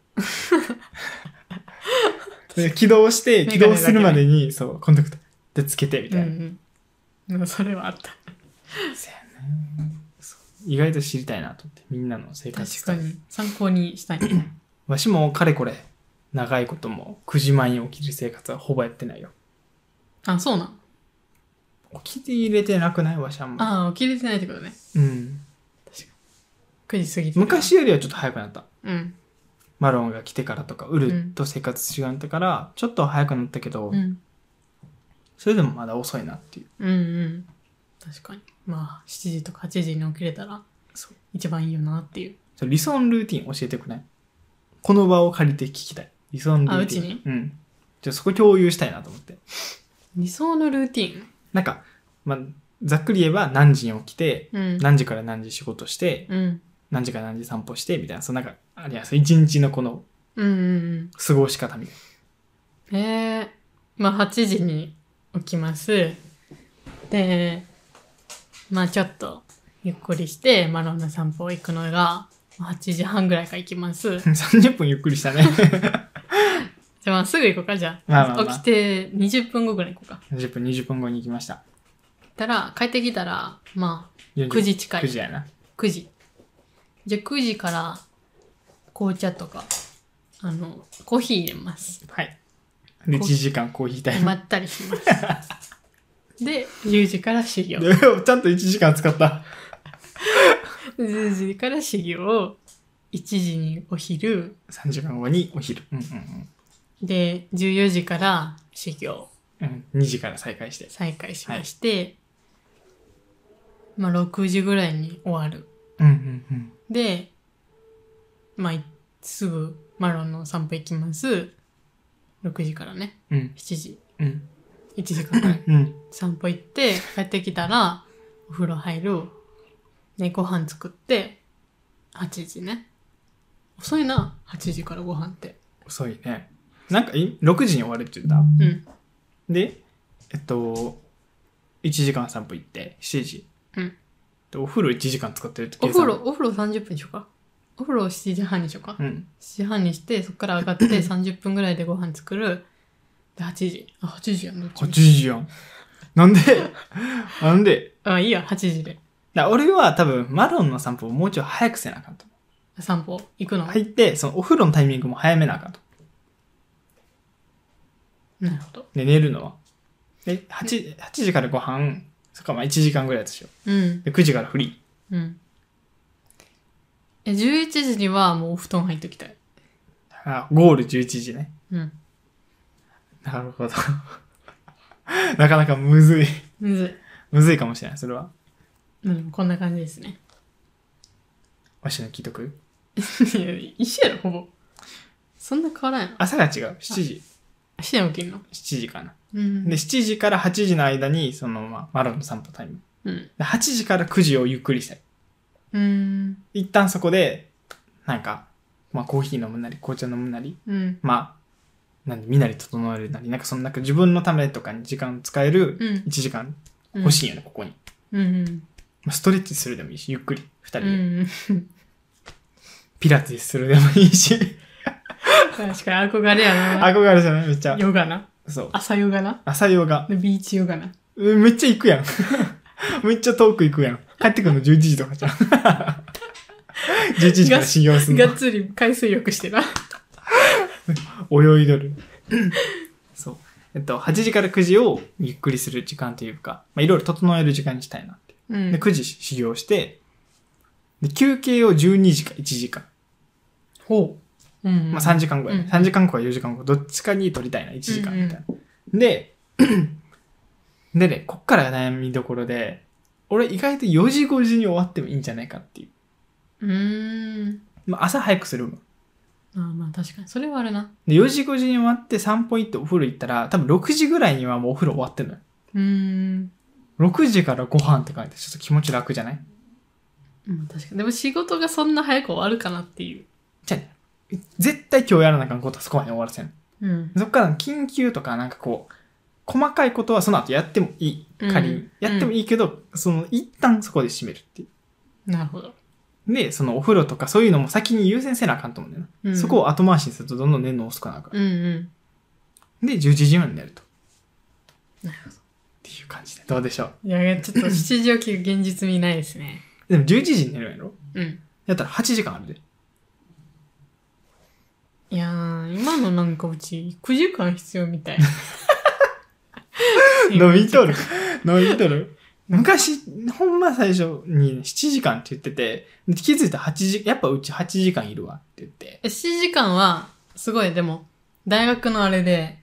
A: で起動して、起動するまでに、そう、コンタクトでつけて、み
B: う
A: たいな。
B: んうん。うんそれはあった。
A: そうやねそう意外と知りたいなと思って、みんなの生活ス
B: 確
A: タイ
B: か
A: ル
B: に。参考にしたいね。
A: わしもかれこれ、長いことも9時前に起きる生活はほぼやってないよ。
B: あ、そうなん。
A: 起きて入れてなくないわしはもう。
B: ああ、起きれてないってことね。
A: うん。
B: 9時過ぎて。。
A: 昔よりはちょっと早くなった。
B: うん。
A: マロンが来てからとか、ウルと生活違ったから、ちょっと早くなったけど、
B: うん。
A: それでもまだ遅いなっていう。
B: うんうん。確かに。まあ、7時とか8時に起きれたら
A: そう、
B: 一番いいよなっていう。
A: それ理想のルーティン教えてくれないこの場を借りて聞きたい。理想のルーティン。
B: あうちに
A: うん。じゃあそこ共有したいなと思って。
B: 理想のルーティン
A: なんか、まあ、ざっくり言えば何時に起きて、
B: うん。
A: 何時から何時仕事して、
B: うん。
A: 何時から何時散歩して、みたいな、そのなんか、ありや、そう一日のこの
B: うんうん
A: 過ごし方みたいな。
B: うん。えー、まあ8時に起きます。で、まあちょっとゆっくりして、まあロンな散歩行くのが、まあ8時半ぐらいから行きます。
A: <laughs> 30分ゆっくりしたね。 <laughs>
B: じゃあまあすぐ行こうか、じゃあ。
A: まあまあまあ
B: 起きて20分後ぐらい行こうか。
A: 30分、20分後に行きました。
B: たら、帰ってきたら、まあ
A: 40
B: 9時近い。
A: 9時やな。
B: 9時。じゃあ9時から紅茶とか、あの、コーヒー入れます。
A: はい。で、1時間コーヒータイム。
B: まったりし
A: <laughs>
B: ます。で、10時から修行。
A: で <laughs> ちゃんと1時間使った。
B: 10時から修行を、1時にお昼、
A: 3時間後にお昼。うんうん
B: で、14時から修行
A: うん。うん、2時から再開して。
B: 再開しまして、まあ6時ぐらいに終わる。
A: うんうんうん。
B: で、まあいすぐマロンの散歩行きます。6時からね、
A: うん
B: 7時、
A: うん
B: 1時
A: <laughs>
B: 間ぐらい。
A: うん。
B: 散歩行って帰ってきたらお風呂入るでご飯作って8時ね遅いな8時からご飯って
A: 遅いね。なんかい、6時に終わるって言った
B: うん
A: で、えっと、1時間散歩行って、7時。
B: うん
A: で、お風呂1時間使ってるって
B: お
A: 計
B: 風
A: 算
B: 呂。お風呂30分にしようかお風呂を7時半にしようか、
A: うん。
B: 7時半にしてそこから上がって
A: <laughs>
B: 30分ぐらいでご飯作るで8時あ8時やんどっち
A: 8
B: も
A: 時やん。なんで <laughs> なんで
B: あいいや8時で
A: だ俺は多分、マロンの散歩をもうちょい早くせなあかんと思
B: 散歩行くの、
A: う。入って、そのお風呂のタイミングも早めなあかんと。
B: なるほど
A: で、寝るのは。で、8, 8時からご飯、そっか、まあ1時間ぐらいだとしよ
B: うん
A: う。で、9時からフリ
B: うんえ11時にはもうお布団入っておきたい
A: ー。あ、ゴール11時ね。
B: うん
A: なるほど。 <laughs> なかなかむずい。
B: むずい
A: むずいかもしれない、それは。
B: うん、こんな感じですね。 <laughs>
A: わしの聞いとく
B: いや一緒やろ、ほぼ。そんな変わらんやろ。
A: 朝が違う。7時、
B: 一緒に起きんの。
A: 7時かな。
B: うん。
A: で、7時から8時の間に、その、まあ、マロンの散歩タイム。
B: うん。
A: で、8時から9時をゆっくりしたい。
B: うん。
A: 一旦そこで、なんか、まあ、コーヒー飲むなり、紅茶飲むなり、
B: うん。
A: まあ、何、身なり整えるなり、なんかその、なんか自分のためとかに時間使える
B: うん
A: 1時間欲しいよね、ここに。
B: うん。
A: まあ、ストレッチするでもいいし、ゆっくり、2人
B: う
A: で。
B: ん。
A: ピラティスするでもいいし、
B: 確かに憧れやな。
A: 憧れじゃないめっちゃ。
B: ヨガな。
A: そう。
B: 朝ヨガな。
A: 朝ヨガ。
B: で、ビーチヨガな。
A: うんめっちゃ行くやん。 <laughs> めっちゃ遠く行くやん。帰ってくるの11時とか <laughs> じゃん。11時から修行すん
B: がっ
A: の。
B: つり海水浴してな。
A: 泳いどる。そう。えっと、8時から9時をゆっくりする時間というか、まあ、いろいろ整える時間にしたいなって。
B: うん
A: で、9時修行して、で、休憩を12時か1時間。
B: ほう。うん。
A: まあ、3時間後や、ね
B: うん
A: 3時間後か4時間後、どっちかに取りたいな、1時間みたいな。で、でね、こっからが悩みどころで、俺意外と4時5時に終わってもいいんじゃないかっていう。
B: うーん。
A: まあ、朝早くするもん。
B: まあまあ、確かに。それはあるな。
A: で、4時5時に終わって散歩行ってお風呂行ったら、多分6時ぐらいにはもうお風呂終わってるのよ。
B: うーん。
A: 6時からご飯って書いて、ちょっと気持ち楽じゃない
B: うん、確かに。でも仕事がそんな早く終わるかなっていう。
A: じゃあね、絶対今日やらなあかんことはそこまで終わらせん。
B: うん。
A: そっから緊急とかなんかこう、細かいことはその後やってもいい。仮に。
B: うん
A: やってもいいけど、その一旦そこで締めるっていう。
B: なるほど。
A: で、そのお風呂とかそういうのも先に優先せなあかんと思うんだよな。
B: うん
A: そこを後回しにするとどんどん年の遅くなるか
B: うんうん。
A: ら。で、11時まで寝ると。
B: なるほど。
A: っていう感じで。どうでしょう。
B: いや、ちょっと7時起きが現実味ないですね。
A: でも11時に寝るんやろ
B: うん。
A: やったら8時間あるで。
B: いやー、今のなんかうち9時間必要み <laughs> たい。
A: 飲み <laughs> とる。飲みとる。昔、ほんま最初に7時間って言ってて、で気づいたら8時、やっぱうち8時間いるわって言って。
B: 7時間は、すごい、でも、大学のあれで、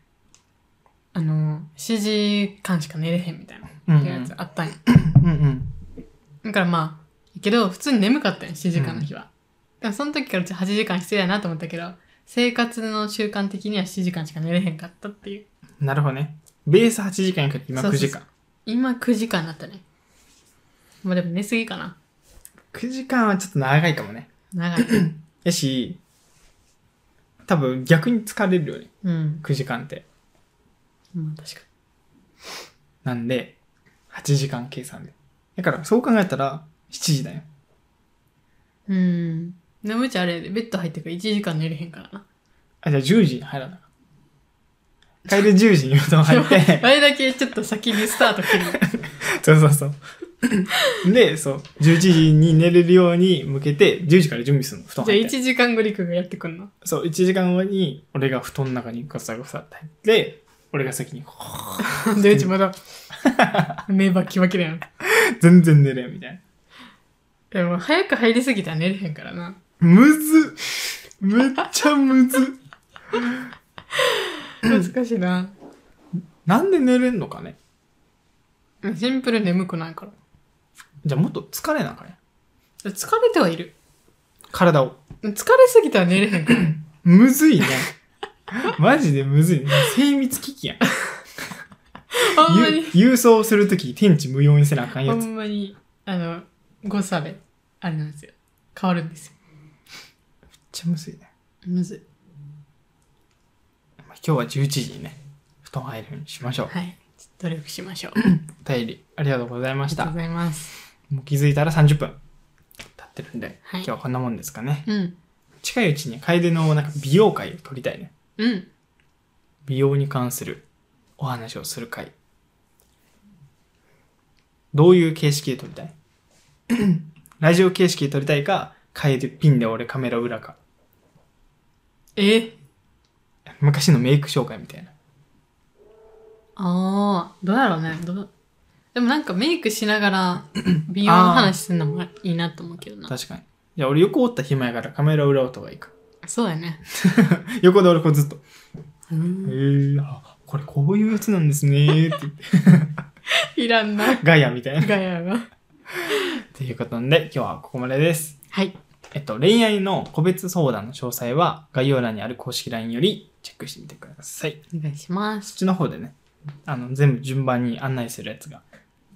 B: あの、7時間しか寝れへんみたいな、
A: うんう
B: やつ
A: ん。
B: あったんや。
A: うんうん。
B: だからまあ、いいけど、普通に眠かったんや、7時間の日は。でもその時からうち8時間必要やなと思ったけど、生活の習慣的には7時間しか寝れへんかったっていう。
A: なるほどね。ベース8時間やから今
B: そう
A: 9
B: そうそう
A: 時間。
B: 今9時間だったね。まあでも寝すぎかな。
A: <coughs> 9時間はちょっと長いかもね。
B: 長い。
A: やし、多分逆に疲れるよね。
B: うん。
A: 9時間って。
B: まあ確か
A: なんで、8時間計算で。だから、そう考えたら、7時だよ。
B: に。うん。眠ちゃんあれ、ベッド入ってから1時間寝れへんからな。
A: あ、じゃあ10時に入らなかった。帰り10時に布団入っ
B: <laughs>
A: て、
B: あれだけちょっと先にスタート切る。
A: そうそうそう。で、そう、11時に寝れるように向けて、10時から準備するの、布団
B: じゃあ
A: 入っ
B: 1
A: て。
B: 時間後りくんがやってくんの。 <laughs>
A: そう、1時間後に、俺が布団の中にゴサゴサって入って、俺が先に、
B: で、うち
A: <laughs>
B: まだ、目バキバキだよ。
A: 全然寝れん、みたいな。
B: でも早く入りすぎたら寝れへんからな。
A: むずっめっちゃむずっ
B: 難しいな。
A: なんで寝れんのかね
B: シンプルに眠くないから。
A: じゃあもっと疲れなあかね
B: 疲れてはいる。
A: 体を。
B: 疲れすぎたら寝れ
A: <laughs>
B: へんから。
A: むず
B: <laughs>
A: いね。マジでむずいね。精密機器やん。
B: ほんまに。
A: ゆ郵送するとき天地無用にせなあかん
B: ほ
A: やつ。
B: んまに、あの、誤差で、あれなんですよ。変わるんですよ。
A: めっちゃむずいね。
B: むずい。
A: まあ今日は11時にね、布団入るようにしましょう。
B: はい。努力しましょう。
A: お便りありがとうございま
B: あり
A: し
B: がとう
A: た
B: ご。ざいます。
A: もう気づいたら30分経ってるんで、
B: は
A: 今
B: い
A: 日はこんなもんですかね。
B: うん。
A: 近いうちに楓のなんか美容会を撮りたいね。
B: うん。
A: 美容に関するお話をする会。どういう形式で撮りたい <coughs> ラジオ形式で撮りたいか、楓ピンで俺カメラ裏か。
B: え
A: 昔のメイク紹介みたいな。
B: ああ、どうやろうね。どうでもなんかメイクしながら美容の話するのもいいなと思うけどな。
A: 確かに。じゃあ俺横おった暇やからカメラ裏音がいいか。
B: そうやね。
A: 横で俺こうずっと、
B: うん
A: えー、あ、これこういうやつなんですねーって言 <laughs> って、
B: いらんな。
A: ガヤみたいな。
B: ガヤが。
A: ということで今日はここまでです。
B: はい。
A: えっと、恋愛の個別相談の詳細は概要欄にある公式 LINE よりチェックしてみてください。
B: お願いします
A: そっ。ちの方でね、あの、全部順番に案内するやつが、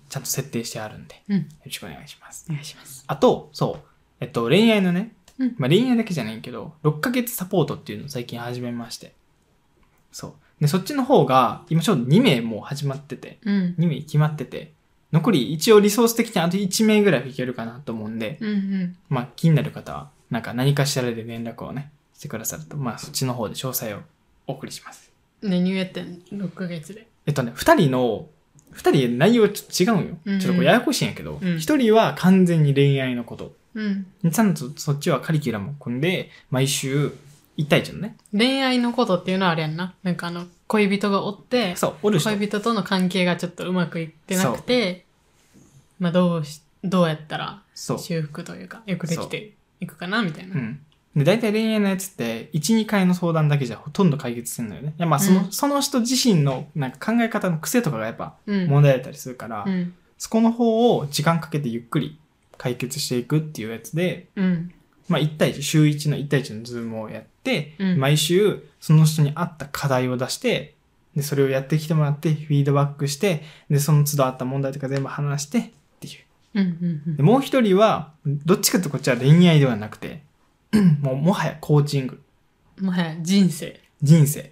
A: ちゃんと設定してあるんで、
B: うん
A: よろしくお願いします。
B: お願いします。
A: あと、そう、えっと、恋愛のね、
B: うん
A: まあ、恋愛だけじゃないけど、6ヶ月サポートっていうのを最近始めまして、そう。で、そっちの方が、今ちょうど2名もう始まってて、
B: うん。
A: 2名決まってて、残り一応リソース的にあと1名ぐらいいけるかなと思うんで、
B: うんうん。
A: まあ気になる方は、なんか何かしらで連絡をね、してくださると、まあそっちの方で詳細をお送りします。
B: 何をやってんの ?6 ヶ月で。
A: えっとね、二人の、二人内容ちょっと違うんよ。
B: うんうん
A: ちょっとこれややこしいんやけど
B: う、ん
A: 一、人は完全に恋愛のこと。
B: うん。
A: ちゃんとそっちはカリキュラムを組んで、毎週一対一のね。
B: 恋愛のことっていうのはあれやんな。なんかあの、恋人がおって、
A: そう、おる人。
B: 恋人との関係がちょっとうまくいってなくて、まあどうし、どうやったら
A: そう。
B: 修復というか、よくできていくかな、みたいうな。
A: ん。で、大体恋愛のやつって、一、二回の相談だけじゃほとんど解決せんのよね。いや、まあその、
B: うん
A: その人自身のなんか考え方の癖とかがやっぱ
B: うん。
A: 問題だったりするから、
B: うん。
A: そこの方を時間かけてゆっくり解決していくっていうやつで、
B: うん。
A: まあ、1対1、週1の1対1のズームをやって、
B: うん
A: 毎週その人に合った課題を出して、で、それをやってきてもらって、フィードバックして、で、その都度あった問題とか全部話して、っていう。
B: うん。うん
A: で、もう一人は、どっちかというとこっちは恋愛ではなくて、 <clears throat> もう、もはやコーチング。
B: うん。もはや人生。
A: 人生。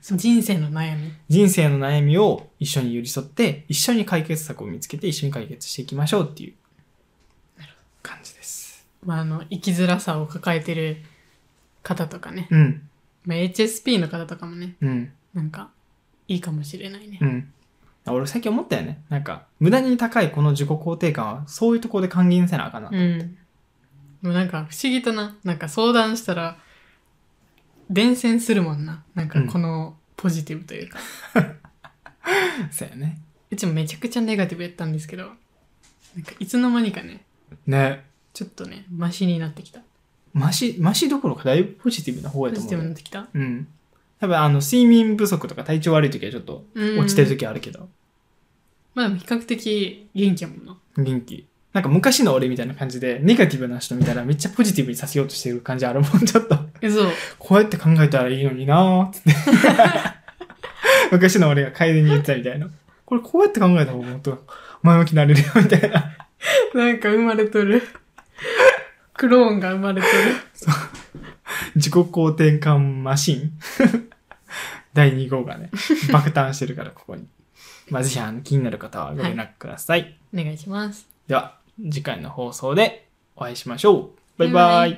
B: 人生の悩み。
A: 人生の悩みを一緒に寄り添って、一緒に解決策を見つけて、一緒に解決していきましょうっていう感じです。
B: まああの、生きづらさを抱えてる方とかね。
A: うん、
B: まあ HSP の方とかもね、
A: うん。
B: なんか、いいかもしれないね
A: う。ん。俺最近思ったよね。なんか、無駄に高いこの自己肯定感は、そういうところで還元せなあかんな。
B: うん。でもなんか不思議とな、なんか相談したら、伝染するもんな。なんかこのポジティブというか。
A: そうやね。
B: うちもめちゃくちゃネガティブやったんですけど、なんかいつの間にかね、
A: ね。
B: ちょっとね、マシになってきた。
A: マシ、マシどころかだいぶポジティブな方
B: ポ
A: やと
B: ジ
A: 思
B: ティブ
A: うよ
B: になっ。てきた。
A: うん。多分あの、睡眠不足とか体調悪い時はちょっと
B: うん
A: 落ちてる時はあるけど、
B: まあでも比較的元気やもんな。
A: 元気。なんか昔の俺みたいな感じで、ネガティブな人見たらめっちゃポジティブにさせようとしてる感じあるもん、 <laughs> ちょっと。
B: え、そう。 <laughs>
A: こうやって考えたらいいのになーっつって。 <laughs> 昔の俺が楓に言ってたみたいな。これこうやって考えた方がもっと前向きになれるよ、みたいな。
B: なんか生まれとる。クローンが生まれとる。
A: 自己肯定感マシン <laughs> 第2号がね、爆誕してるから、ここに。まあ、ぜひ、あの、気になる方はご連絡ください。
B: お願いします。
A: では、次回の放送でお会いしましょう。バイバイ。
B: バイバイ